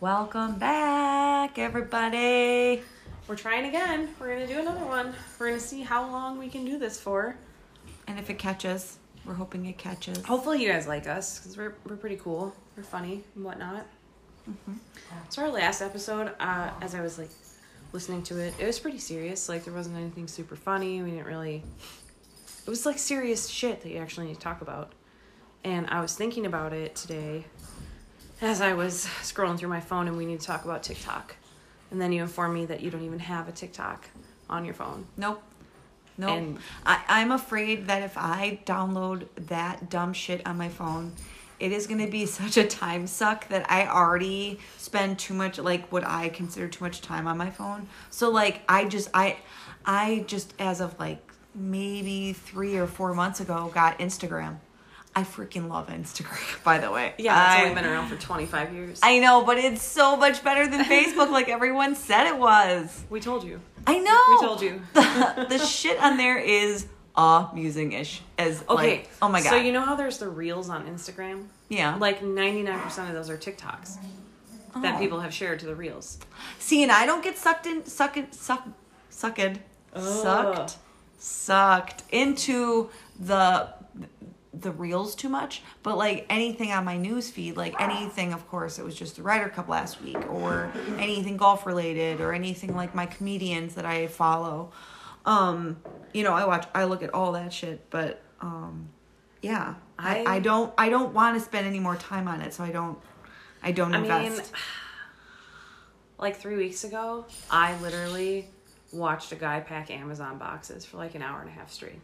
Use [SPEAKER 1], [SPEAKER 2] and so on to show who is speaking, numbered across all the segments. [SPEAKER 1] Welcome back, everybody.
[SPEAKER 2] We're trying again. We're gonna do another one. We're gonna see how long we can do this for.
[SPEAKER 1] And if it catches, we're hoping it catches.
[SPEAKER 2] Hopefully, you guys like us because we're we're pretty cool. We're funny and whatnot. So our last episode, uh, as I was like listening to it, it was pretty serious. Like there wasn't anything super funny. We didn't really. It was like serious shit that you actually need to talk about. And I was thinking about it today, as I was scrolling through my phone, and we need to talk about TikTok. And then you inform me that you don't even have a TikTok on your phone.
[SPEAKER 1] Nope. Nope.
[SPEAKER 2] And-
[SPEAKER 1] I, I'm afraid that if I download that dumb shit on my phone, it is going to be such a time suck that I already spend too much, like what I consider too much time on my phone. So, like, I just, I, I just, as of like maybe three or four months ago, got Instagram. I freaking love Instagram, by the way.
[SPEAKER 2] Yeah, it's
[SPEAKER 1] I-
[SPEAKER 2] only been around for 25 years.
[SPEAKER 1] I know, but it's so much better than Facebook, like everyone said it was.
[SPEAKER 2] we told you.
[SPEAKER 1] I know.
[SPEAKER 2] We told you.
[SPEAKER 1] The, the shit on there is amusing ish. As
[SPEAKER 2] Okay.
[SPEAKER 1] like, oh my god.
[SPEAKER 2] So you know how there's the reels on Instagram?
[SPEAKER 1] yeah.
[SPEAKER 2] Like 99% of those are TikToks that
[SPEAKER 1] Oh.
[SPEAKER 2] people have shared to the reels.
[SPEAKER 1] see, and I don't get sucked in, sucked, suck, sucked,
[SPEAKER 2] Ugh.
[SPEAKER 1] sucked, sucked into the the reels too much. But like anything on my news feed, like anything, of course, it was just the Ryder Cup last week, or anything golf related, or anything like my comedians that I follow. Um, you know, I watch, I look at all that shit, but um, yeah, I,
[SPEAKER 2] I-
[SPEAKER 1] I don't, I don't want to spend any more time on it, so I don't, I don't
[SPEAKER 2] I
[SPEAKER 1] invest.
[SPEAKER 2] mean, like three weeks ago, I literally watched a guy pack Amazon boxes for like an hour and a half straight.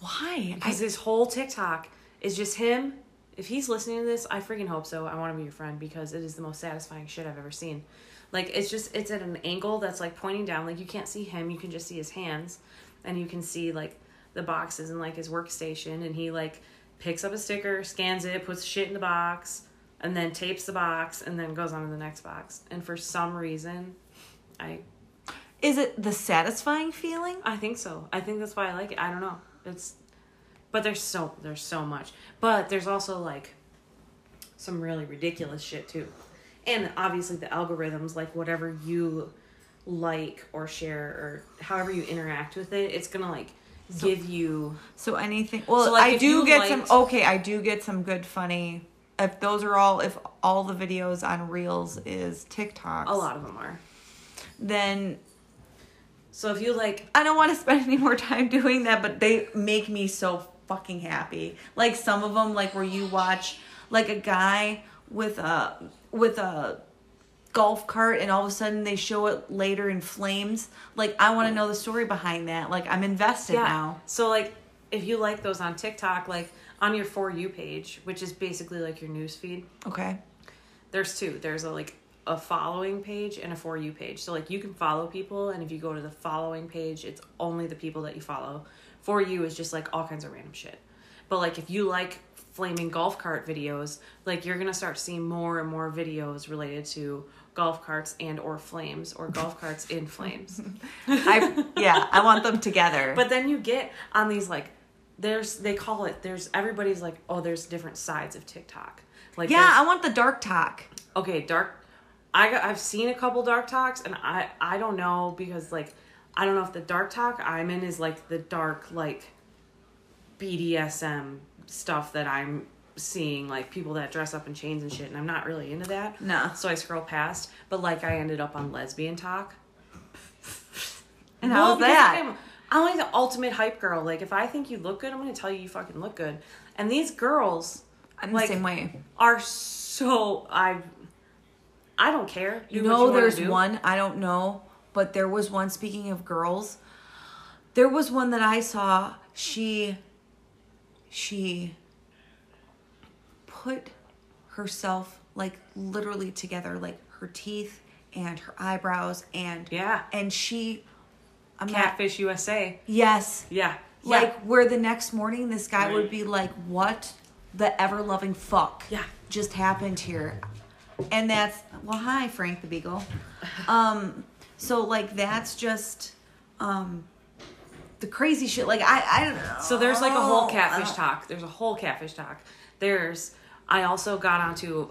[SPEAKER 1] Why? I,
[SPEAKER 2] Because his whole TikTok is just him. If he's listening to this, I freaking hope so. I want to be your friend because it is the most satisfying shit I've ever seen. Like it's just it's at an angle that's like pointing down. Like you can't see him, you can just see his hands, and you can see like the boxes and like his workstation. And he like picks up a sticker, scans it, puts shit in the box, and then tapes the box, and then goes on to the next box. And for some reason, I
[SPEAKER 1] is it the satisfying feeling?
[SPEAKER 2] I think so. I think that's why I like it. I don't know. It's but there's so there's so much. But there's also like some really ridiculous shit too. And obviously the algorithms like whatever you like or share or however you interact with it, it's going to like give you
[SPEAKER 1] So anything. Well,
[SPEAKER 2] like,
[SPEAKER 1] I
[SPEAKER 2] if
[SPEAKER 1] do
[SPEAKER 2] you
[SPEAKER 1] get
[SPEAKER 2] liked-
[SPEAKER 1] some. Okay, I do get some good funny. If those are all, if all the videos on Reels is TikToks,
[SPEAKER 2] a lot of them are.
[SPEAKER 1] Then
[SPEAKER 2] So if you like
[SPEAKER 1] I don't want to spend any more time doing that. But they make me so fucking happy. Like some of them, like where you watch like a guy with a with a golf cart and all of a sudden they show it later in flames like i want to know the story behind that like i'm invested now
[SPEAKER 2] So like if you like those on TikTok like on your for you page, which is basically like your news feed,
[SPEAKER 1] okay
[SPEAKER 2] there's two there's a like a following page and a for you page so like you can follow people and if you go to the following page it's only the people that you follow for you is just like all kinds of random shit but like if you like flaming golf cart videos like you're gonna start seeing more and more videos related to golf carts and or flames or golf carts in flames
[SPEAKER 1] i yeah i want them together
[SPEAKER 2] but then you get on these like there's they call it there's everybody's like oh there's different sides of tiktok like
[SPEAKER 1] Yeah,
[SPEAKER 2] there's-
[SPEAKER 1] I want the dark talk.
[SPEAKER 2] okay dark i got, i've seen a couple dark talks and i i don't know because like i don't know if the dark talk i'm in is like the dark like bdsm stuff that i'm seeing like people that dress up in chains and shit and i'm not really into that
[SPEAKER 1] No.
[SPEAKER 2] so i scroll past but like i ended up on lesbian talk
[SPEAKER 1] And
[SPEAKER 2] well,
[SPEAKER 1] how's
[SPEAKER 2] because,
[SPEAKER 1] that?
[SPEAKER 2] like, I'm, I'm like the ultimate hype girl. Like, if I think you look good, I'm going to tell you you fucking look good. And these girls
[SPEAKER 1] I'm
[SPEAKER 2] like-
[SPEAKER 1] the same way.
[SPEAKER 2] are so I. I don't care. Do
[SPEAKER 1] You
[SPEAKER 2] what
[SPEAKER 1] know,
[SPEAKER 2] wanna
[SPEAKER 1] there's
[SPEAKER 2] do.
[SPEAKER 1] one I don't know, but there was one. Speaking of girls, there was one that I saw. She, she put herself like literally together, like her teeth and her eyebrows, and
[SPEAKER 2] Yeah.
[SPEAKER 1] and she, I'm not.
[SPEAKER 2] Catfish USA.
[SPEAKER 1] Yes,
[SPEAKER 2] Yeah.
[SPEAKER 1] Like
[SPEAKER 2] yeah.
[SPEAKER 1] where the next morning this guy would
[SPEAKER 2] Right.
[SPEAKER 1] be like, "What the ever loving fuck?
[SPEAKER 2] Yeah.
[SPEAKER 1] just happened here," and that's well, hi Frank the Beagle. Um, so like that's just, um, the crazy shit. Like I, I don't know.
[SPEAKER 2] So there's like a whole
[SPEAKER 1] I
[SPEAKER 2] catfish
[SPEAKER 1] don't-
[SPEAKER 2] talk. There's a whole catfish talk. There's I also got onto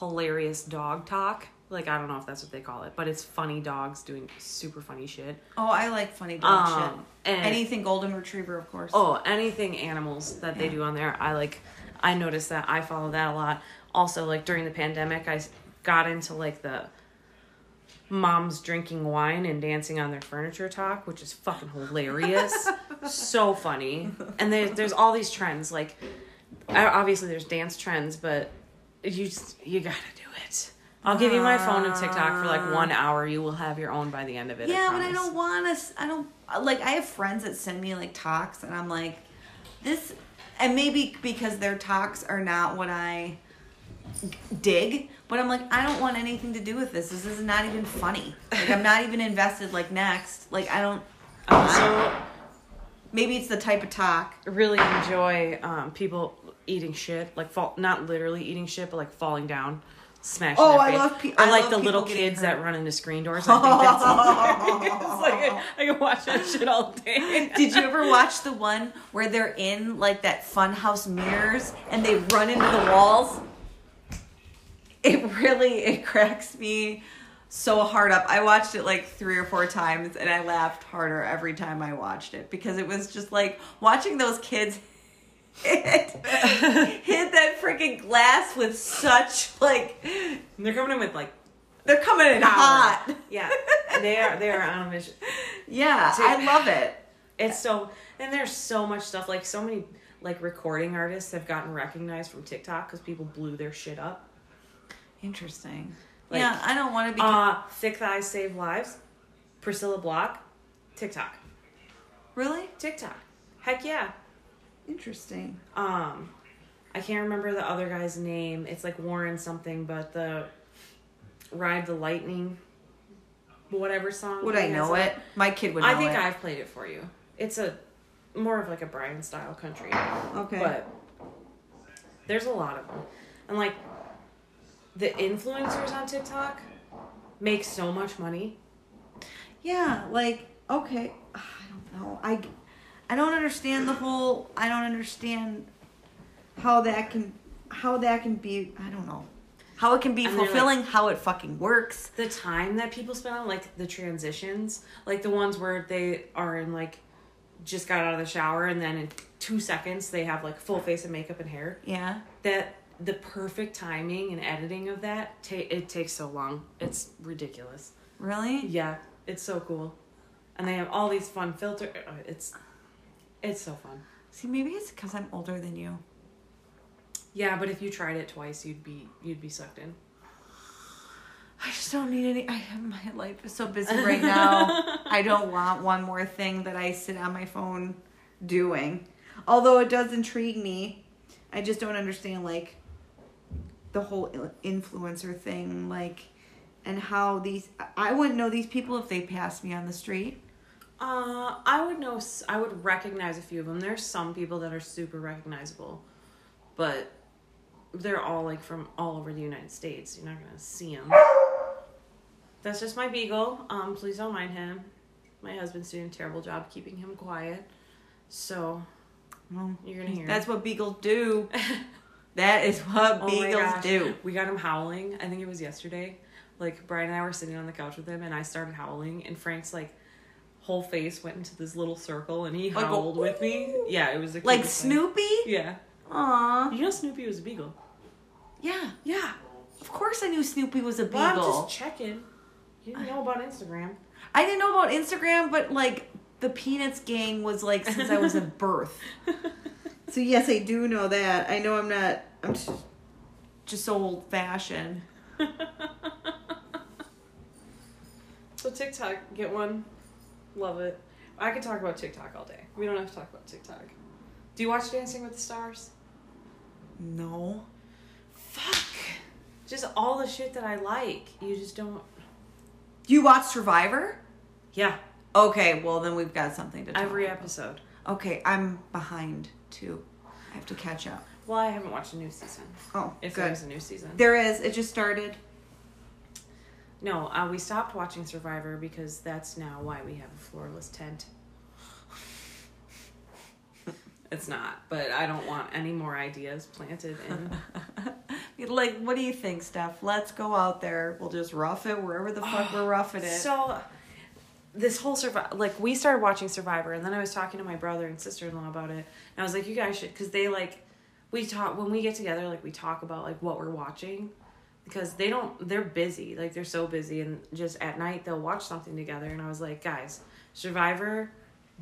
[SPEAKER 2] hilarious dog talk. Like I don't know if that's what they call it, but it's funny dogs doing super funny shit.
[SPEAKER 1] Oh, I like funny dog
[SPEAKER 2] Um,
[SPEAKER 1] shit.
[SPEAKER 2] and-
[SPEAKER 1] Anything golden retriever, of course.
[SPEAKER 2] Oh, anything animals that they do on there, I like. I notice that I follow that a lot. Also, like during the pandemic, I s- got into like the moms drinking wine and dancing on their furniture talk, which is fucking hilarious. so funny. And there, there's all these trends. Like, I- obviously, there's dance trends, but you just, you gotta do it. I'll give you my phone and TikTok for like one hour. You will have your own by the end of it.
[SPEAKER 1] Ah. yeah, but I
[SPEAKER 2] promise.
[SPEAKER 1] don't want to. I don't uh, like. I have friends that send me like talks, and I'm like, this, and maybe because their talks are not what I dig, but I'm like, I don't want anything to do with this. This is not even funny. Like I'm not even invested. Like next, like I don't.
[SPEAKER 2] Also,
[SPEAKER 1] Maybe it's the type of talk.
[SPEAKER 2] really enjoy um, people eating shit, like fall, not literally eating shit, but like falling down, smashing.
[SPEAKER 1] Oh,
[SPEAKER 2] their
[SPEAKER 1] I
[SPEAKER 2] face.
[SPEAKER 1] love pe-
[SPEAKER 2] I
[SPEAKER 1] I
[SPEAKER 2] like
[SPEAKER 1] love
[SPEAKER 2] the
[SPEAKER 1] people
[SPEAKER 2] little
[SPEAKER 1] getting
[SPEAKER 2] kids
[SPEAKER 1] hurt.
[SPEAKER 2] that run into screen doors. I think that's hilarious. like I, I can watch that shit all day.
[SPEAKER 1] Did you ever watch the one where they're in like that funhouse mirrors and they run into the walls? It really it cracks me so hard up. I watched it like three or four times and I laughed harder every time I watched it because it was just like watching those kids hit, hit that freaking glass with such like
[SPEAKER 2] And they're coming in with like
[SPEAKER 1] they're coming in
[SPEAKER 2] power.
[SPEAKER 1] hot.
[SPEAKER 2] Yeah, they are. They are on a mission.
[SPEAKER 1] Yeah,
[SPEAKER 2] Dude.
[SPEAKER 1] I love it.
[SPEAKER 2] It's so, and there's so much stuff. Like so many, like recording artists have gotten recognized from TikTok because people blew their shit up.
[SPEAKER 1] Interesting.
[SPEAKER 2] Like,
[SPEAKER 1] yeah, I don't want to be
[SPEAKER 2] Uh, thick thighs save lives. Priscilla Block, TikTok,
[SPEAKER 1] really
[SPEAKER 2] TikTok. Heck yeah.
[SPEAKER 1] interesting.
[SPEAKER 2] um I can't remember the other guy's name. It's like Warren something, but the Ride the Lightning whatever song.
[SPEAKER 1] Would
[SPEAKER 2] he
[SPEAKER 1] I
[SPEAKER 2] has
[SPEAKER 1] know
[SPEAKER 2] on-
[SPEAKER 1] it? My kid would know
[SPEAKER 2] I think
[SPEAKER 1] it.
[SPEAKER 2] I've played it for you. It's a more of like a Brian style country.
[SPEAKER 1] Okay.
[SPEAKER 2] But there's a lot of them. And like the influencers on TikTok make so much money.
[SPEAKER 1] yeah, like okay. Ah, I don't know. I I don't understand the whole I don't understand how that can how that can be I don't know. How it can be
[SPEAKER 2] And they're like-
[SPEAKER 1] fulfilling, how it fucking works.
[SPEAKER 2] the time that people spend on like the transitions, like the ones where they are in like just got out of the shower and then in two seconds they have like full face of makeup and hair.
[SPEAKER 1] Yeah.
[SPEAKER 2] That the perfect timing and editing of that ta- it takes so long. It's ridiculous.
[SPEAKER 1] Really?
[SPEAKER 2] Yeah, it's so cool, and they have all these fun filter. uh, It's it's so fun.
[SPEAKER 1] See, maybe it's because I'm older than you.
[SPEAKER 2] Yeah, but if you tried it twice, you'd be you'd be sucked in.
[SPEAKER 1] I just don't need any. I have my life is so busy right now. I don't want one more thing that I sit on my phone doing. Although it does intrigue me, I just don't understand like the whole il- influencer thing, like, and how these. I- I wouldn't know these people if they passed me on the street.
[SPEAKER 2] Uh, I would know. s- I would recognize a few of them. There's some people that are super recognizable, but they're all like from all over the United States. You're not gonna see them. That's just my beagle. Um, please don't mind him. My husband's doing a terrible job keeping him quiet. So
[SPEAKER 1] Well,
[SPEAKER 2] you're gonna hear.
[SPEAKER 1] that's what beagles do. that is what
[SPEAKER 2] Oh my
[SPEAKER 1] beagles
[SPEAKER 2] gosh.
[SPEAKER 1] do.
[SPEAKER 2] We got him howling. I think it was yesterday. Like Brian and I were sitting on the couch with him, and I started howling, and Frank's like whole face went into this little circle, and he
[SPEAKER 1] Like a
[SPEAKER 2] howled with me.
[SPEAKER 1] "Ooh."
[SPEAKER 2] Yeah, it was the
[SPEAKER 1] Like
[SPEAKER 2] cutest thing.
[SPEAKER 1] Snoopy.
[SPEAKER 2] Yeah,
[SPEAKER 1] Aw.
[SPEAKER 2] you know Snoopy was a beagle.
[SPEAKER 1] Yeah.
[SPEAKER 2] Yeah,
[SPEAKER 1] Of course, I knew Snoopy was a beagle.
[SPEAKER 2] well, I'm just checking. You didn't know about Instagram.
[SPEAKER 1] I didn't know about Instagram, but like the Peanuts gang was like since I was a birth. So yes, I do know that. I know I'm not. I'm just, just so old fashioned.
[SPEAKER 2] so TikTok, get one. Love it. I could talk about TikTok all day. We don't have to talk about TikTok. Do you watch Dancing with the Stars?
[SPEAKER 1] No.
[SPEAKER 2] Fuck. Just all the shit that I like. You just don't.
[SPEAKER 1] You watch Survivor?
[SPEAKER 2] Yeah.
[SPEAKER 1] Okay, well then we've got something to talk.
[SPEAKER 2] Every
[SPEAKER 1] about.
[SPEAKER 2] episode.
[SPEAKER 1] Okay, I'm behind too. I have to catch up.
[SPEAKER 2] Well, I haven't watched a new season.
[SPEAKER 1] Oh,
[SPEAKER 2] If
[SPEAKER 1] good.
[SPEAKER 2] there's a new season.
[SPEAKER 1] There is. It just started.
[SPEAKER 2] no, uh, we stopped watching Survivor because that's now why we have a floorless tent. It's not, but I don't want any more ideas planted in.
[SPEAKER 1] Like, what do you think, Steph? Let's go out there. We'll just rough it wherever the fuck we're roughing it.
[SPEAKER 2] So, this whole survivor, like we started watching Survivor, and then I was talking to my brother and sister in law about it, and I was like, "You guys should," because they like, we talk when we get together, like we talk about like what we're watching, because they don't, they're busy, like they're so busy, and just at night they'll watch something together, and I was like, "Guys, Survivor,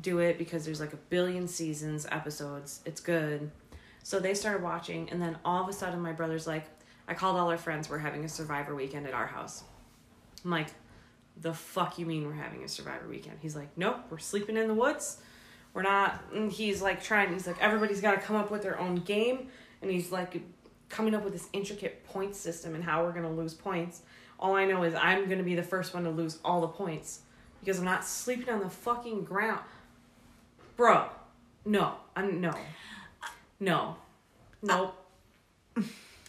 [SPEAKER 2] do it because there's like a billion seasons, episodes, it's good." So they started watching, and then all of a sudden, my brother's like, "I called all our friends. We're having a Survivor weekend at our house." I'm like, the fuck you mean we're having a survivor weekend? He's like, nope, we're sleeping in the woods. We're not. And he's like trying. He's like, everybody's got to come up with their own game. And he's like coming up with this intricate point system and how we're going to lose points. All I know is I'm going to be the first one to lose all the points because I'm not sleeping on the fucking ground. Bro, no. I'm no. No. Nope.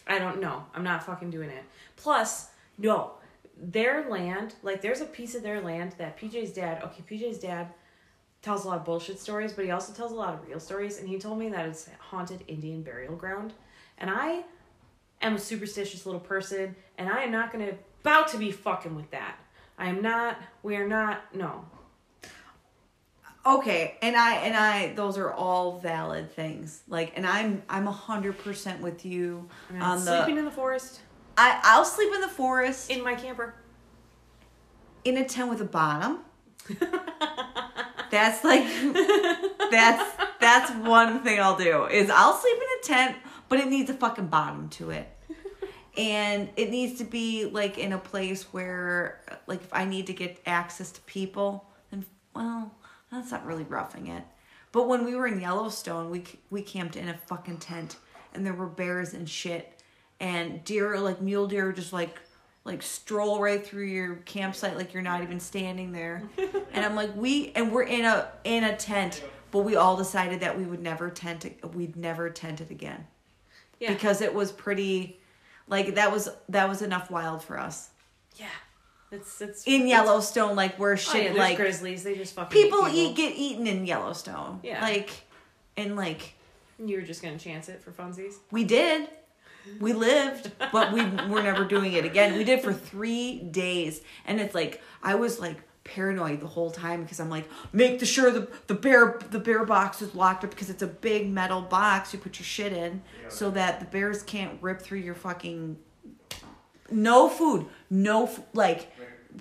[SPEAKER 2] I don't know. I'm not fucking doing it. Plus, no, their land, like there's a piece of their land that PJ's dad, okay, PJ's dad tells a lot of bullshit stories, but he also tells a lot of real stories, and he told me that it's haunted Indian burial ground. And I am a superstitious little person, and I am not gonna about to be fucking with that. I am not, we are not, no.
[SPEAKER 1] okay and i and i those are all valid things like and i'm i'm 100% with you
[SPEAKER 2] I'm not
[SPEAKER 1] on
[SPEAKER 2] sleeping
[SPEAKER 1] the
[SPEAKER 2] in the forest,
[SPEAKER 1] I, i'll sleep in the forest
[SPEAKER 2] in my camper.
[SPEAKER 1] in a tent with a bottom that's like that's that's one thing i'll do is i'll sleep in a tent but it needs a fucking bottom to it and it needs to be like in a place where like if i need to get access to people then well that's not really roughing it but when we were in yellowstone we c- we camped in a fucking tent and there were bears and shit and deer like mule deer would just like like stroll right through your campsite like you're not even standing there and i'm like we and we're in a in a tent but we all decided that we would never tent we'd never tent it again
[SPEAKER 2] Yeah.
[SPEAKER 1] because it was pretty like that was that was enough wild for us
[SPEAKER 2] yeah. It's, it's,
[SPEAKER 1] in
[SPEAKER 2] it's-
[SPEAKER 1] Yellowstone like where
[SPEAKER 2] Oh, yeah,
[SPEAKER 1] shit
[SPEAKER 2] there's
[SPEAKER 1] like
[SPEAKER 2] grizzlies. They just fucking
[SPEAKER 1] people eat get eaten in Yellowstone
[SPEAKER 2] Yeah.
[SPEAKER 1] like and like
[SPEAKER 2] You're just gonna chance it for funsies.
[SPEAKER 1] we did we lived but we were never doing it again we did for three days and it's like I was like paranoid the whole time because I'm like make the sure the the bear the bear box is locked up because it's a big metal box you put your shit in so that the bears can't rip through your fucking no food no f- like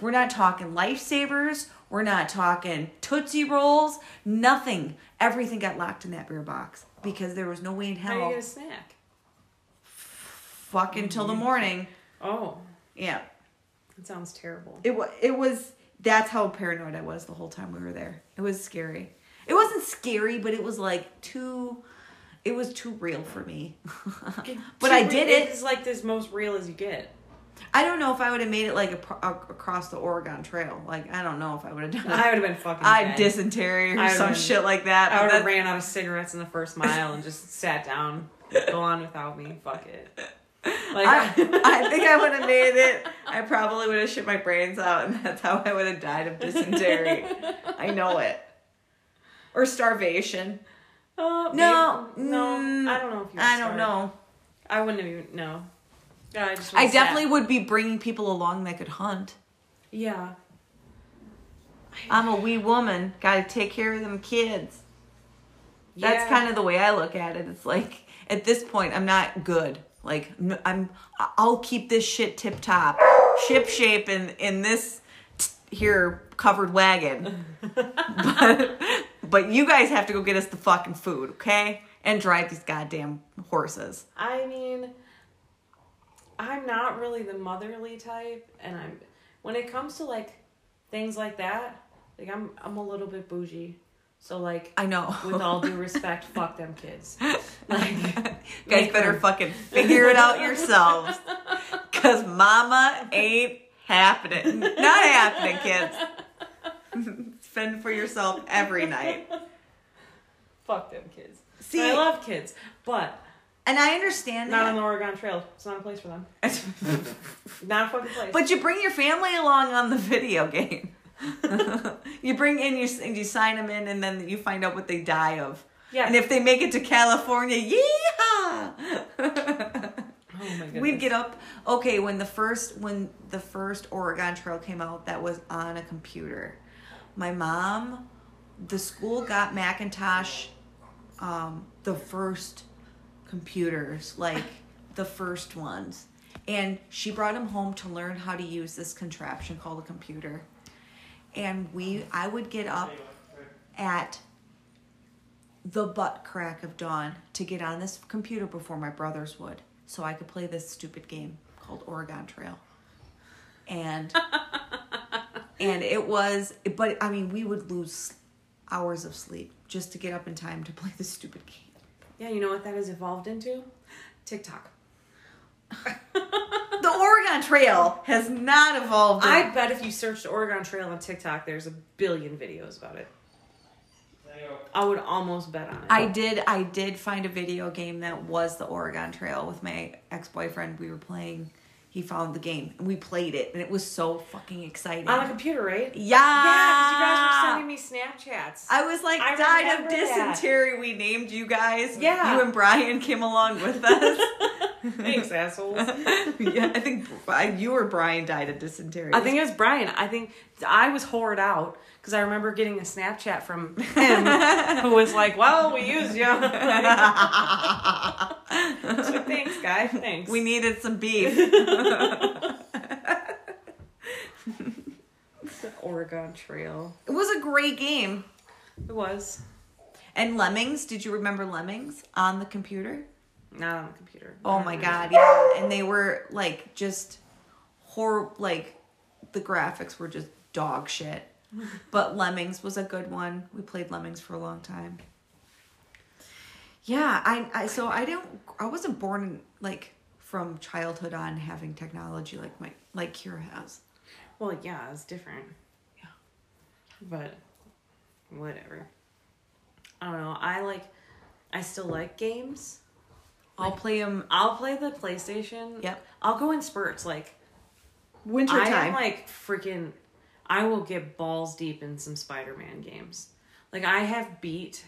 [SPEAKER 1] we're not talking lifesavers we're not talking tootsie rolls nothing everything got locked in that beer box because there was no way in
[SPEAKER 2] How are you
[SPEAKER 1] hell
[SPEAKER 2] gonna snack?
[SPEAKER 1] fuck until
[SPEAKER 2] Mm-hmm.
[SPEAKER 1] the morning
[SPEAKER 2] Oh,
[SPEAKER 1] yeah
[SPEAKER 2] that sounds terrible.
[SPEAKER 1] it, wa- it was that's how paranoid i was the whole time we were there it was scary it wasn't scary but it was like too it was too real for me but i did it
[SPEAKER 2] It's like this most real as you get.
[SPEAKER 1] i don't know if i would have made it like a, pro- a, across the oregon trail like i don't know if i would have done it
[SPEAKER 2] I would have been fucking.
[SPEAKER 1] I
[SPEAKER 2] dead.
[SPEAKER 1] dysentery or
[SPEAKER 2] I
[SPEAKER 1] some
[SPEAKER 2] would've-
[SPEAKER 1] shit like that.
[SPEAKER 2] I
[SPEAKER 1] but
[SPEAKER 2] would have
[SPEAKER 1] that-
[SPEAKER 2] ran out of cigarettes in the first mile and just sat down. Go on without me. Fuck it. Like
[SPEAKER 1] I, I think I would have made it. I probably would have shit my brains out, and that's how I would have died of dysentery. I know it. Or starvation.
[SPEAKER 2] Uh,
[SPEAKER 1] No,
[SPEAKER 2] maybe- no.
[SPEAKER 1] mm,
[SPEAKER 2] I don't know if you.
[SPEAKER 1] I
[SPEAKER 2] start.
[SPEAKER 1] don't know.
[SPEAKER 2] I wouldn't have even no. Yeah, I, just
[SPEAKER 1] I
[SPEAKER 2] would've sat.
[SPEAKER 1] definitely would be bringing people along that could hunt.
[SPEAKER 2] Yeah.
[SPEAKER 1] I'm a wee woman. Gotta take care of them kids. That's kind of the way I look at it. It's like at this point, I'm not good. Like n- I'm, I- I'll keep this shit tip top, ship shape in in this t- here covered wagon. but but you guys have to go get us the fucking food, okay? And drive these goddamn horses.
[SPEAKER 2] I mean, I'm not really the motherly type, and I'm when it comes to like things like that, like I'm I'm a little bit bougie, so like
[SPEAKER 1] I know.
[SPEAKER 2] with all due respect, fuck them kids. Like,
[SPEAKER 1] You guys
[SPEAKER 2] Make
[SPEAKER 1] better
[SPEAKER 2] them.
[SPEAKER 1] fucking figure it out yourselves. Cause mama ain't happening. Not happening, kids. Spend for yourself every night.
[SPEAKER 2] fuck them kids.
[SPEAKER 1] See-
[SPEAKER 2] See, I love kids, but
[SPEAKER 1] And I understand
[SPEAKER 2] not on
[SPEAKER 1] that.
[SPEAKER 2] the Oregon Trail. It's not a place for them. Not a fucking place.
[SPEAKER 1] but you bring your family along on the video game. you bring in you, you sign them in, and then you find out what they die of.
[SPEAKER 2] Yeah.
[SPEAKER 1] And if they make it to California, yeehaw!
[SPEAKER 2] Oh my goodness.
[SPEAKER 1] We'd get up. Okay, when the first when the first Oregon Trail came out, that was on a computer. My mom, the school got Macintosh, um, the first computers, like the first ones, and she brought him home to learn how to use this contraption called a computer. And we, I would get up at the butt crack of dawn to get on this computer before my brothers would, so I could play this stupid game called Oregon Trail. And and it was, but I mean, we would lose hours of sleep just to get up in time to play this stupid game.
[SPEAKER 2] Yeah, you know what that has evolved into? TikTok.
[SPEAKER 1] The Oregon Trail has not evolved. in-
[SPEAKER 2] I bet if you searched Oregon Trail on TikTok, there's a billion videos about it. I would almost bet on it.
[SPEAKER 1] I did I did find a video game that was the Oregon Trail with my ex-boyfriend. We were playing. He found the game and we played it and it was so fucking exciting.
[SPEAKER 2] on a computer, right?
[SPEAKER 1] yeah.
[SPEAKER 2] Yeah, because you guys were sending me Snapchats.
[SPEAKER 1] I was like
[SPEAKER 2] I
[SPEAKER 1] died of
[SPEAKER 2] remember that.
[SPEAKER 1] dysentery. We named you guys.
[SPEAKER 2] Yeah.
[SPEAKER 1] You and Brian came along with us.
[SPEAKER 2] Thanks, assholes.
[SPEAKER 1] yeah, I think I, you or Brian died of dysentery.
[SPEAKER 2] I think it was Brian. I think I was whored out because I remember getting a Snapchat from him who was like, "Well, we used you." It's like, thanks, guy. Thanks.
[SPEAKER 1] we needed some beef.
[SPEAKER 2] the Oregon Trail.
[SPEAKER 1] it was a great game.
[SPEAKER 2] It was
[SPEAKER 1] And Lemmings, did you remember Lemmings on the computer?
[SPEAKER 2] not on the computer.
[SPEAKER 1] Oh my god, yeah. And they were like just horror like the graphics were just dog shit. But Lemmings was a good one. We played Lemmings for a long time. Yeah, I, I so I don't I wasn't born in, like from childhood on having technology like my like Kira has.
[SPEAKER 2] Well, yeah, it's different. Yeah. But whatever. I don't know. I like. I still like games.
[SPEAKER 1] I'll play them
[SPEAKER 2] I'll play the PlayStation.
[SPEAKER 1] Yep.
[SPEAKER 2] I'll go in spurts. Like I am
[SPEAKER 1] wintertime.
[SPEAKER 2] like freaking. I will get balls deep in some Spider-Man games. Like I have beat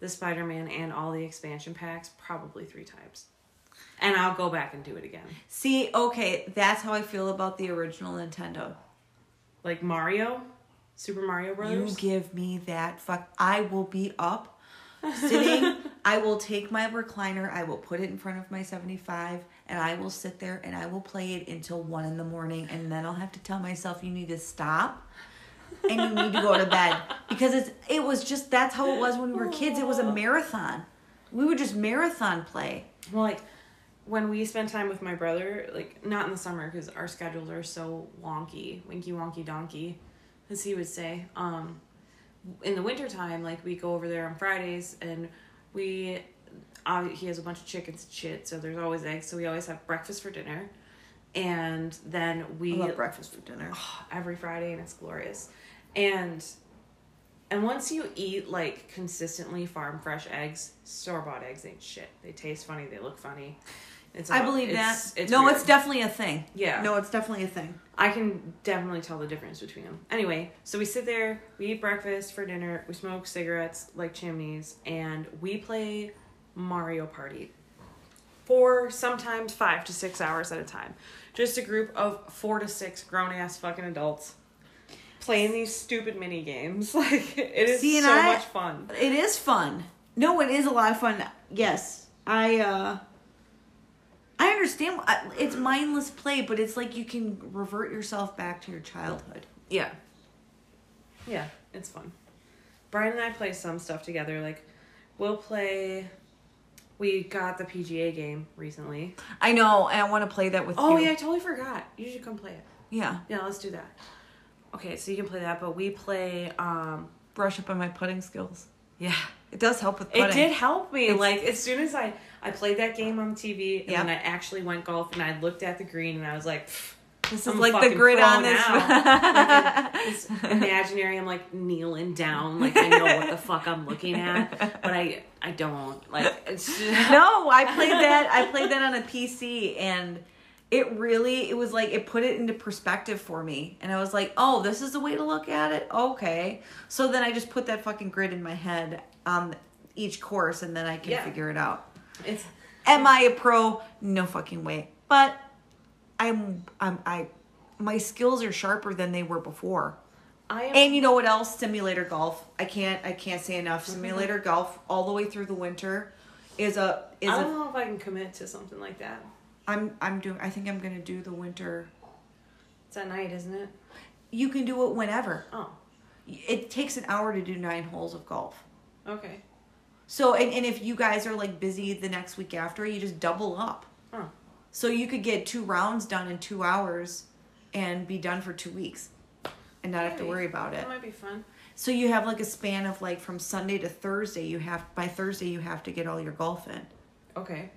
[SPEAKER 2] the Spider-Man and all the expansion packs probably three times, and I'll go back and do it again.
[SPEAKER 1] See, okay, that's how I feel about the original Nintendo.
[SPEAKER 2] Like Mario, Super Mario
[SPEAKER 1] You
[SPEAKER 2] Brothers.
[SPEAKER 1] give me that fuck. I will be up sitting. I will take my recliner. I will put it in front of my 75 and I will sit there and I will play it until one in the morning. And then I'll have to tell myself, you need to stop and you need to go to bed because it's, it was just, that's how it was when we were kids. It was a marathon. We would just marathon play.
[SPEAKER 2] Well, like when we spend time with my brother, like not in the summer because our schedules are so wonky, winky wonky donkey, as he would say. Um, in the wintertime, like we go over there on Fridays and we, uh, he has a bunch of chickens and shit, so there's always eggs, so we always have breakfast for dinner. And then we
[SPEAKER 1] We love breakfast for dinner.
[SPEAKER 2] every Friday and it's glorious. And and once you eat like consistently farm fresh eggs, store bought eggs ain't shit. They taste funny, they look funny. It's
[SPEAKER 1] I
[SPEAKER 2] all-
[SPEAKER 1] believe
[SPEAKER 2] it's-
[SPEAKER 1] that. no,
[SPEAKER 2] weird.
[SPEAKER 1] it's definitely a thing.
[SPEAKER 2] Yeah.
[SPEAKER 1] No, it's definitely a thing.
[SPEAKER 2] I can definitely tell the difference between them. Anyway, so we sit there, we eat breakfast for dinner, we smoke cigarettes like chimneys, and we play Mario Party for sometimes five to six hours at a time. Just a group of four to six grown ass fucking adults playing these stupid mini games. Like it is
[SPEAKER 1] See, and
[SPEAKER 2] so
[SPEAKER 1] I-
[SPEAKER 2] much fun.
[SPEAKER 1] It is fun. No, it is a lot of fun. Yes, I. uh I understand. I- It's mindless play, but it's like you can revert yourself back to your childhood.
[SPEAKER 2] Yeah. Yeah, it's fun. Brian and I play some stuff together. Like, we'll play. We got the PGA game recently.
[SPEAKER 1] I know, and I want to play that with
[SPEAKER 2] Oh,
[SPEAKER 1] you.
[SPEAKER 2] yeah, I totally forgot. You should come play it.
[SPEAKER 1] yeah.
[SPEAKER 2] Yeah, let's do that. Okay, so you can play that, but we play. um
[SPEAKER 1] Brush up on my putting skills.
[SPEAKER 2] Yeah.
[SPEAKER 1] It does help with
[SPEAKER 2] It
[SPEAKER 1] putting.
[SPEAKER 2] did help me.
[SPEAKER 1] It's-
[SPEAKER 2] like as soon as I I played that game on TV, and
[SPEAKER 1] Yeah.
[SPEAKER 2] then I actually went golf, and I looked at the green, and I was like, "Pfft,
[SPEAKER 1] This is
[SPEAKER 2] I'm a
[SPEAKER 1] like the
[SPEAKER 2] fucking
[SPEAKER 1] grid
[SPEAKER 2] pro
[SPEAKER 1] on this.
[SPEAKER 2] now. Like, it's imaginary. I'm like kneeling down, like I know what the fuck I'm looking at, but I I don't. Like it's just,
[SPEAKER 1] no, I played that. I played that on a PC, and it really it was like it put it into perspective for me. And I was like, oh, this is the way to look at it. Okay. So then I just put that fucking grid in my head. Um, each course and then I can
[SPEAKER 2] Yeah.
[SPEAKER 1] figure it out.
[SPEAKER 2] It's
[SPEAKER 1] Am I a pro? No fucking way. But I'm I'm I my skills are sharper than they were before.
[SPEAKER 2] I am
[SPEAKER 1] And you know what else? Simulator golf. I can't I can't say enough. Simulator golf all the way through the winter is a is
[SPEAKER 2] I don't
[SPEAKER 1] a
[SPEAKER 2] know if I can commit to something like that.
[SPEAKER 1] I'm I'm doing I think I'm gonna do the winter.
[SPEAKER 2] It's at night, isn't it?
[SPEAKER 1] You can do it whenever.
[SPEAKER 2] Oh,
[SPEAKER 1] It takes an hour to do nine holes of golf.
[SPEAKER 2] okay.
[SPEAKER 1] So and, and if you guys are like busy the next week after, you just double up.
[SPEAKER 2] Oh,
[SPEAKER 1] So you could get two rounds done in two hours and be done for two weeks and not have to
[SPEAKER 2] Maybe.
[SPEAKER 1] worry about it.
[SPEAKER 2] that might be fun.
[SPEAKER 1] So you have like a span of like from Sunday to Thursday, you have by Thursday you have to get all your golf in.
[SPEAKER 2] Okay.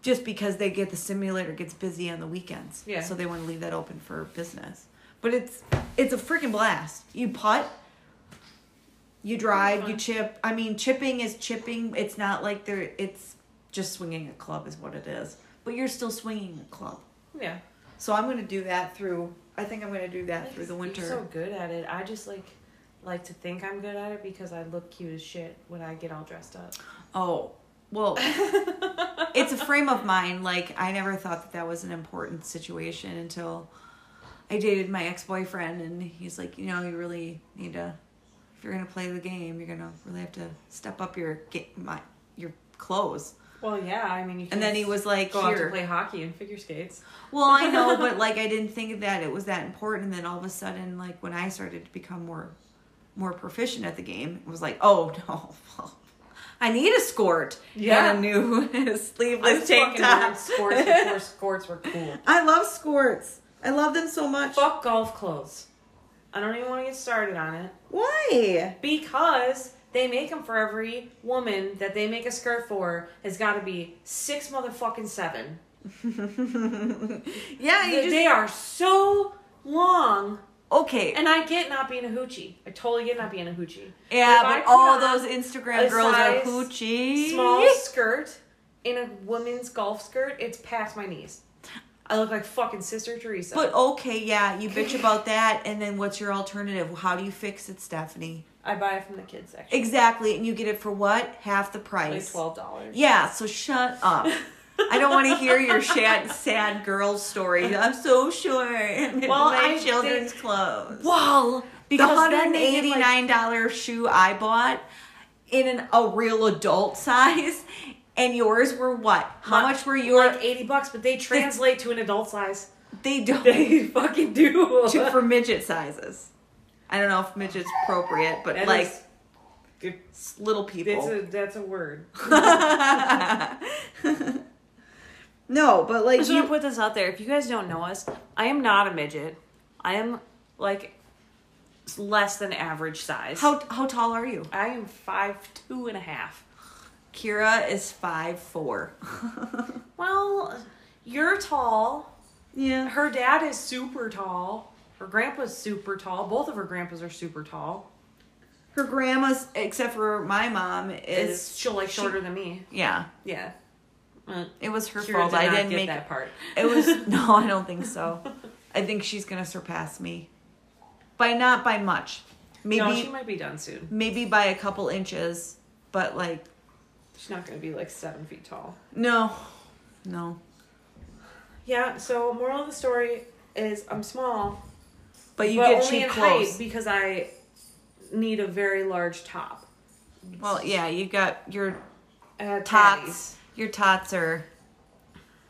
[SPEAKER 1] Just because they get the simulator gets busy on the weekends.
[SPEAKER 2] Yeah.
[SPEAKER 1] So they want to leave that open for business. But it's it's a freaking blast. You putt, you drive, you
[SPEAKER 2] fun.
[SPEAKER 1] chip. I mean, chipping is chipping. It's not like they're it's just swinging a club is what it is. But you're still swinging a club.
[SPEAKER 2] Yeah.
[SPEAKER 1] So I'm gonna do that through. I think I'm gonna do that through the winter.
[SPEAKER 2] You're so good at it. I just like like to think I'm good at it because I look cute as shit when I get all dressed up.
[SPEAKER 1] oh well, it's a frame of mind. Like I never thought that that was an important situation until I dated my ex boyfriend, and he's like, you know, you really need to. If you're gonna play the game, you're gonna really have to step up your get my your clothes.
[SPEAKER 2] Well, yeah. I mean, you can
[SPEAKER 1] And then he was like,
[SPEAKER 2] go out to
[SPEAKER 1] here.
[SPEAKER 2] play hockey and figure skates.
[SPEAKER 1] Well, I know, but like I didn't think that it was that important. And then all of a sudden, like when I started to become more, more proficient at the game, it was like, oh no, well, I need a skirt
[SPEAKER 2] Yeah.
[SPEAKER 1] and a new
[SPEAKER 2] I
[SPEAKER 1] sleeveless
[SPEAKER 2] was
[SPEAKER 1] tank
[SPEAKER 2] fucking wearing
[SPEAKER 1] top.
[SPEAKER 2] Skirts before skirts were cool.
[SPEAKER 1] I love skirts. I love them so much.
[SPEAKER 2] Fuck golf clothes. I don't even want to get started on it
[SPEAKER 1] Why?
[SPEAKER 2] because they make them for every woman that they make a skirt for has got to be six motherfucking seven.
[SPEAKER 1] Yeah, you
[SPEAKER 2] They,
[SPEAKER 1] just
[SPEAKER 2] they are so long,
[SPEAKER 1] okay.
[SPEAKER 2] and I get not being a hoochie. I totally get not being a hoochie.
[SPEAKER 1] Yeah,
[SPEAKER 2] If I
[SPEAKER 1] but
[SPEAKER 2] put
[SPEAKER 1] all
[SPEAKER 2] on
[SPEAKER 1] those Instagram
[SPEAKER 2] a
[SPEAKER 1] girls are
[SPEAKER 2] size
[SPEAKER 1] hoochie.
[SPEAKER 2] small skirt in a woman's golf skirt, it's past my knees. I look like fucking Sister Teresa.
[SPEAKER 1] But okay, yeah, you bitch about that, and then what's your alternative? How do you fix it, Stephanie?
[SPEAKER 2] I buy it from the kids section.
[SPEAKER 1] Exactly, and you get it for what? Half the
[SPEAKER 2] Like
[SPEAKER 1] price.
[SPEAKER 2] twelve dollars.
[SPEAKER 1] Yeah, so shut up. I don't want to hear your sad, sad girl story. I'm so short. Well,
[SPEAKER 2] Well,
[SPEAKER 1] my
[SPEAKER 2] I
[SPEAKER 1] children's clothes.
[SPEAKER 2] Well,
[SPEAKER 1] the
[SPEAKER 2] because
[SPEAKER 1] hundred
[SPEAKER 2] then
[SPEAKER 1] and
[SPEAKER 2] they give,
[SPEAKER 1] eighty
[SPEAKER 2] like-
[SPEAKER 1] nine dollar shoe I bought in an, a real adult size, and yours were what? How
[SPEAKER 2] My-
[SPEAKER 1] much were your?
[SPEAKER 2] like eighty bucks, but they translate to an adult size.
[SPEAKER 1] they don't
[SPEAKER 2] They fucking do.
[SPEAKER 1] to, for midget sizes. I don't know if midget's appropriate, but
[SPEAKER 2] That
[SPEAKER 1] like
[SPEAKER 2] is- it-
[SPEAKER 1] s- little people.
[SPEAKER 2] it's a that's a word.
[SPEAKER 1] no, but
[SPEAKER 2] I
[SPEAKER 1] like
[SPEAKER 2] just want to put this out there. If you guys don't know us, I am not a midget. I am like less than average size.
[SPEAKER 1] how how tall are you?
[SPEAKER 2] I am five two and a half.
[SPEAKER 1] Kira is five four.
[SPEAKER 2] Well, you're tall.
[SPEAKER 1] yeah.
[SPEAKER 2] Her dad is super tall. Her grandpa's super tall. Both of her grandpas are super tall.
[SPEAKER 1] Her grandma's, except for my mom,
[SPEAKER 2] Is
[SPEAKER 1] is
[SPEAKER 2] she's like shorter than me?
[SPEAKER 1] yeah.
[SPEAKER 2] Yeah.
[SPEAKER 1] It was her
[SPEAKER 2] Kira
[SPEAKER 1] fault.
[SPEAKER 2] Uh,
[SPEAKER 1] I
[SPEAKER 2] did not
[SPEAKER 1] didn't
[SPEAKER 2] get
[SPEAKER 1] make
[SPEAKER 2] that part.
[SPEAKER 1] It was no, I don't think so. I think she's gonna surpass me by not by much, maybe
[SPEAKER 2] no, she might be done soon.
[SPEAKER 1] maybe by a couple inches, but like
[SPEAKER 2] She's not going to be like seven feet tall.
[SPEAKER 1] no, no.
[SPEAKER 2] Yeah. So moral of the story is I'm small,
[SPEAKER 1] But you
[SPEAKER 2] but
[SPEAKER 1] get
[SPEAKER 2] only
[SPEAKER 1] cheap
[SPEAKER 2] in height
[SPEAKER 1] clothes.
[SPEAKER 2] because I need a very large top.
[SPEAKER 1] Well, yeah, you got your
[SPEAKER 2] Uh,
[SPEAKER 1] tots. Your tots are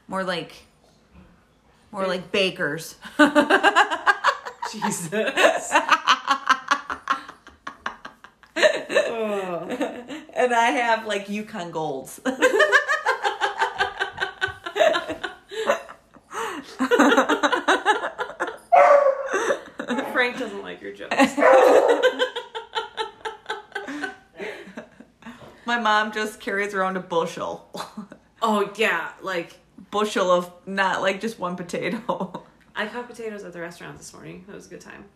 [SPEAKER 1] more like more
[SPEAKER 2] Big-
[SPEAKER 1] like bakers.
[SPEAKER 2] tatties. Jesus. oh.
[SPEAKER 1] And I have like Yukon golds.
[SPEAKER 2] Frank doesn't like your jokes.
[SPEAKER 1] My mom just carries around a bushel.
[SPEAKER 2] Oh yeah, like
[SPEAKER 1] bushel of not like just one potato.
[SPEAKER 2] I caught potatoes at the restaurant this morning. That was a good time.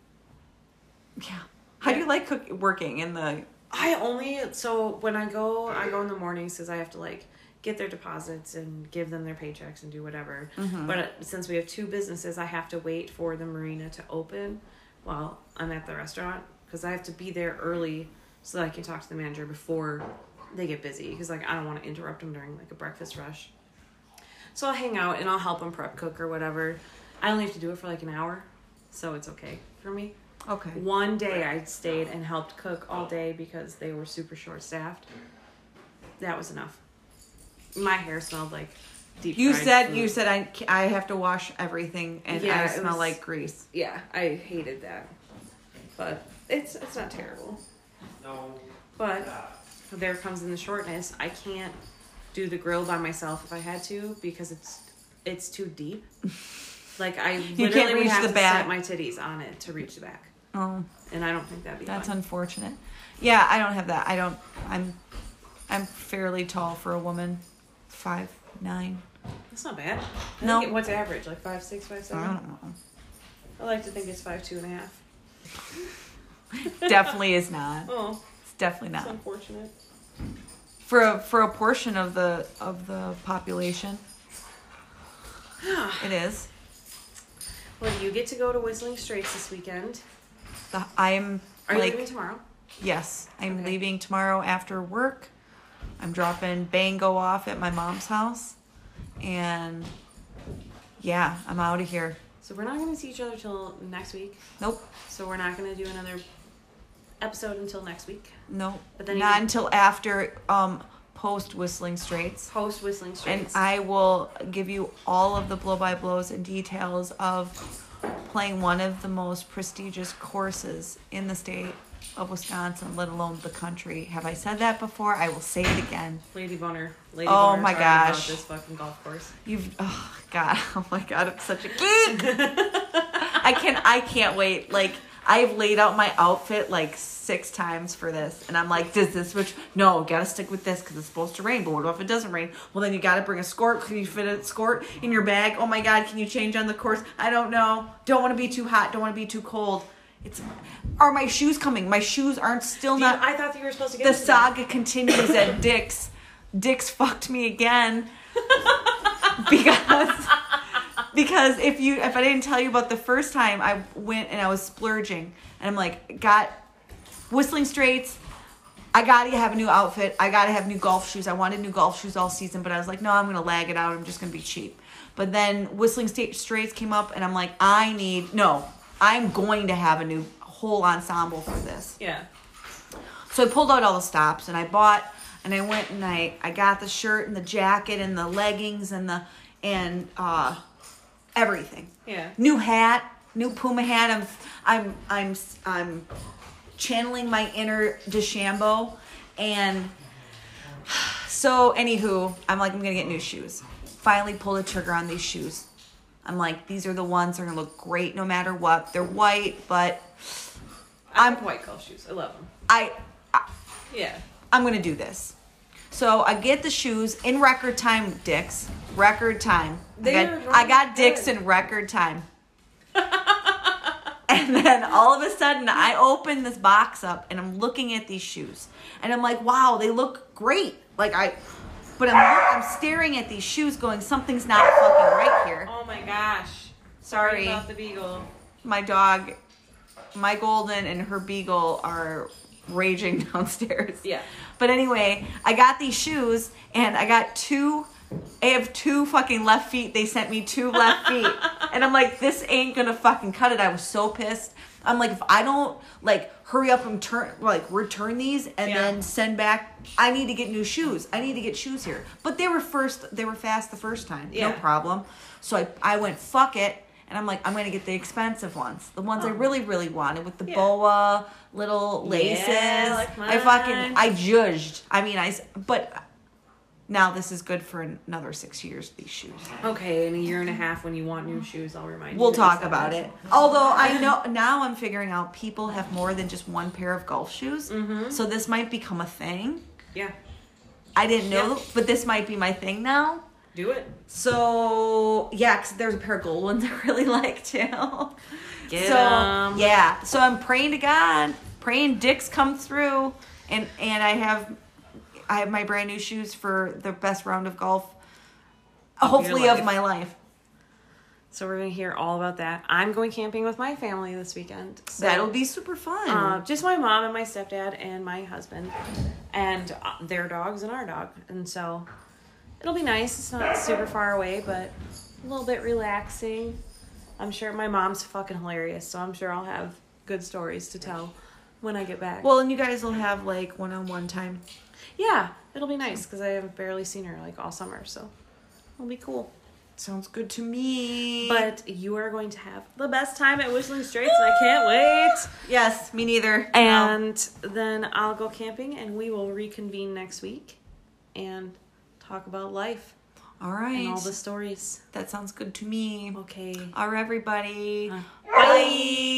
[SPEAKER 1] Yeah. How do you like cook- working in the?
[SPEAKER 2] I only so when I go, I go in the mornings because I have to like get their deposits and give them their paychecks and do whatever. But uh, since we have two businesses, I have to wait for the marina to open while I'm at the restaurant because I have to be there early so that I can talk to the manager before they get busy because like I don't want to interrupt them during like a breakfast rush. So I'll hang out and I'll help them prep cook or whatever. I only have to do it for like an hour, so it's okay for me.
[SPEAKER 1] Okay.
[SPEAKER 2] One day I stayed and helped cook all day because they were super short staffed. That was enough. My hair smelled like deep.
[SPEAKER 1] You
[SPEAKER 2] fried
[SPEAKER 1] said
[SPEAKER 2] food.
[SPEAKER 1] you said I ca- I have to wash everything and
[SPEAKER 2] Yeah,
[SPEAKER 1] I
[SPEAKER 2] it
[SPEAKER 1] smell
[SPEAKER 2] was-
[SPEAKER 1] like grease.
[SPEAKER 2] Yeah, I hated that, but it's it's not terrible.
[SPEAKER 3] No.
[SPEAKER 2] But there comes in the shortness. I can't do the grill by myself if I had to because it's it's too deep. Like I literally
[SPEAKER 1] can't
[SPEAKER 2] would
[SPEAKER 1] reach
[SPEAKER 2] have
[SPEAKER 1] the
[SPEAKER 2] to
[SPEAKER 1] back.
[SPEAKER 2] set my titties on it to reach the back,
[SPEAKER 1] Oh,
[SPEAKER 2] and I don't think that'd be
[SPEAKER 1] that's
[SPEAKER 2] fun.
[SPEAKER 1] unfortunate. Yeah, I don't have that. I don't. I'm I'm fairly tall for a woman, five nine.
[SPEAKER 2] That's not bad. I
[SPEAKER 1] No.
[SPEAKER 2] think it- what's average? Like five six, five
[SPEAKER 1] I
[SPEAKER 2] seven.
[SPEAKER 1] don't know.
[SPEAKER 2] I like to think it's five two and a half.
[SPEAKER 1] definitely is not.
[SPEAKER 2] Oh,
[SPEAKER 1] It's definitely
[SPEAKER 2] that's
[SPEAKER 1] not
[SPEAKER 2] unfortunate.
[SPEAKER 1] for a, for a portion of the of the population. It is.
[SPEAKER 2] Well, you get to go to Whistling Straits this weekend.
[SPEAKER 1] The, I'm
[SPEAKER 2] Are you
[SPEAKER 1] like
[SPEAKER 2] leaving tomorrow?
[SPEAKER 1] yes. I'm
[SPEAKER 2] Okay.
[SPEAKER 1] leaving tomorrow after work. I'm dropping Bango off at my mom's house, and yeah, I'm out of here.
[SPEAKER 2] So we're not going to see each other till next week.
[SPEAKER 1] Nope.
[SPEAKER 2] So we're not going to do another episode until next week.
[SPEAKER 1] No,
[SPEAKER 2] But then
[SPEAKER 1] not
[SPEAKER 2] you-
[SPEAKER 1] until after um, post Whistling Straits.
[SPEAKER 2] Post Whistling
[SPEAKER 1] And
[SPEAKER 2] Straits.
[SPEAKER 1] I will give you all of the blow by blows and details of playing one of the most prestigious courses in the state of Wisconsin, let alone the country. Have I said that before? I will say it again.
[SPEAKER 2] Lady Boner. Lady
[SPEAKER 1] Oh
[SPEAKER 2] Boner
[SPEAKER 1] my
[SPEAKER 2] talking about
[SPEAKER 1] gosh.
[SPEAKER 2] This fucking golf course.
[SPEAKER 1] You've oh god, oh my god, I'm such a geek. I can I can't wait. Like I've laid out my outfit like six times for this, and I'm like, does this which? No, gotta stick with this because it's supposed to rain. But what if it doesn't rain? Well, then you gotta bring a skirt. Can you fit a skirt in your bag? Oh my god, can you change on the course? I don't know. Don't want to be too hot. Don't want to be too cold. It's are my shoes coming? My shoes aren't still
[SPEAKER 2] You-
[SPEAKER 1] not
[SPEAKER 2] I thought that you were supposed to get
[SPEAKER 1] the
[SPEAKER 2] into that.
[SPEAKER 1] saga continues at Dick's. Dick's fucked me again because because if you if I didn't tell you about the first time I went and I was splurging and I'm like got whistling straights. I gotta have a new outfit. I gotta have new golf shoes. I wanted new golf shoes all season, but I was like, no, I'm gonna lag it out. I'm just gonna be cheap. But then Whistling State Straits came up, and I'm like, I need no. I'm going to have a new whole ensemble for this.
[SPEAKER 2] Yeah.
[SPEAKER 1] So I pulled out all the stops and I bought and I went and I, I got the shirt and the jacket and the leggings and the and uh everything.
[SPEAKER 2] Yeah.
[SPEAKER 1] New hat, new Puma hat. I'm I'm I'm I'm channeling my inner DeChambeau and so anywho, I'm like I'm gonna get new shoes. Finally pull the trigger on these shoes. I'm like, these are the ones that are gonna look great no matter what. They're white, but
[SPEAKER 2] I
[SPEAKER 1] I'm-
[SPEAKER 2] like white golf shoes. I love them.
[SPEAKER 1] I
[SPEAKER 2] Yeah.
[SPEAKER 1] I'm gonna do this. So I get the shoes in record time, dicks. Record time. I
[SPEAKER 2] They
[SPEAKER 1] got,
[SPEAKER 2] are
[SPEAKER 1] I got
[SPEAKER 2] really
[SPEAKER 1] dicks
[SPEAKER 2] good.
[SPEAKER 1] in record time. and then all of a sudden, I open this box up and I'm looking at these shoes, and I'm like, wow, they look great. Like I, but I'm I'm staring at these shoes, going, something's not fucking right here.
[SPEAKER 2] Oh my gosh.
[SPEAKER 1] Sorry.
[SPEAKER 2] About the beagle.
[SPEAKER 1] My dog, my golden and her beagle are raging downstairs.
[SPEAKER 2] Yeah.
[SPEAKER 1] But anyway, I got these shoes and I got two. I have two fucking left feet. They sent me two left feet. and I'm like, this ain't gonna fucking cut it. I was so pissed. I'm like, if I don't like hurry up and turn like return these and
[SPEAKER 2] Yeah.
[SPEAKER 1] then send back I need to get new shoes. I need to get shoes here. But they were first they were fast the first time.
[SPEAKER 2] Yeah.
[SPEAKER 1] No problem. So I, I went, fuck it. And I'm like, I'm gonna get the expensive ones. The ones I
[SPEAKER 2] Oh.
[SPEAKER 1] really, really wanted with the
[SPEAKER 2] Yeah.
[SPEAKER 1] boa little laces.
[SPEAKER 2] Yeah, like
[SPEAKER 1] I fucking
[SPEAKER 2] mine.
[SPEAKER 1] I judged. I mean, I s- but now this is good for another six years. These shoes.
[SPEAKER 2] Okay, in a year and a half when you want new shoes, I'll remind you.
[SPEAKER 1] We'll
[SPEAKER 2] that
[SPEAKER 1] talk
[SPEAKER 2] it's not
[SPEAKER 1] about
[SPEAKER 2] nice.
[SPEAKER 1] it. Although I know now, I'm figuring out people have more than just one pair of golf shoes,
[SPEAKER 2] Mm-hmm.
[SPEAKER 1] so this might become a thing.
[SPEAKER 2] Yeah.
[SPEAKER 1] I didn't know,
[SPEAKER 2] Yeah.
[SPEAKER 1] but this might be my thing now.
[SPEAKER 2] Do it.
[SPEAKER 1] So yeah, 'cause there's a pair of gold ones I really like too.
[SPEAKER 2] Get
[SPEAKER 1] so
[SPEAKER 2] 'em.
[SPEAKER 1] yeah, so I'm praying to God, praying dicks come through, and and I have I have my brand new shoes for the best round of golf, hopefully of
[SPEAKER 2] life.
[SPEAKER 1] my life.
[SPEAKER 2] So we're gonna hear all about that. I'm going camping with my family this weekend. So,
[SPEAKER 1] That'll be super fun.
[SPEAKER 2] uh, just my mom and my stepdad and my husband, and uh, their dogs and our dog. And so it'll be nice. It's not super far away, but a little bit relaxing. I'm sure my mom's fucking hilarious, so I'm sure I'll have good stories to tell when I get back.
[SPEAKER 1] well, and you guys will have like one on one time.
[SPEAKER 2] yeah, it'll be nice because I have barely seen her like all summer, so it'll be cool.
[SPEAKER 1] Sounds good to me.
[SPEAKER 2] But you are going to have the best time at Whistling Straits, and I can't wait.
[SPEAKER 1] yes, me neither.
[SPEAKER 2] And then I'll go camping, and we will reconvene next week and talk about life
[SPEAKER 1] No. all right.
[SPEAKER 2] and all the stories.
[SPEAKER 1] that sounds good to me.
[SPEAKER 2] Okay.
[SPEAKER 1] All right, everybody.
[SPEAKER 2] Uh,
[SPEAKER 1] Bye.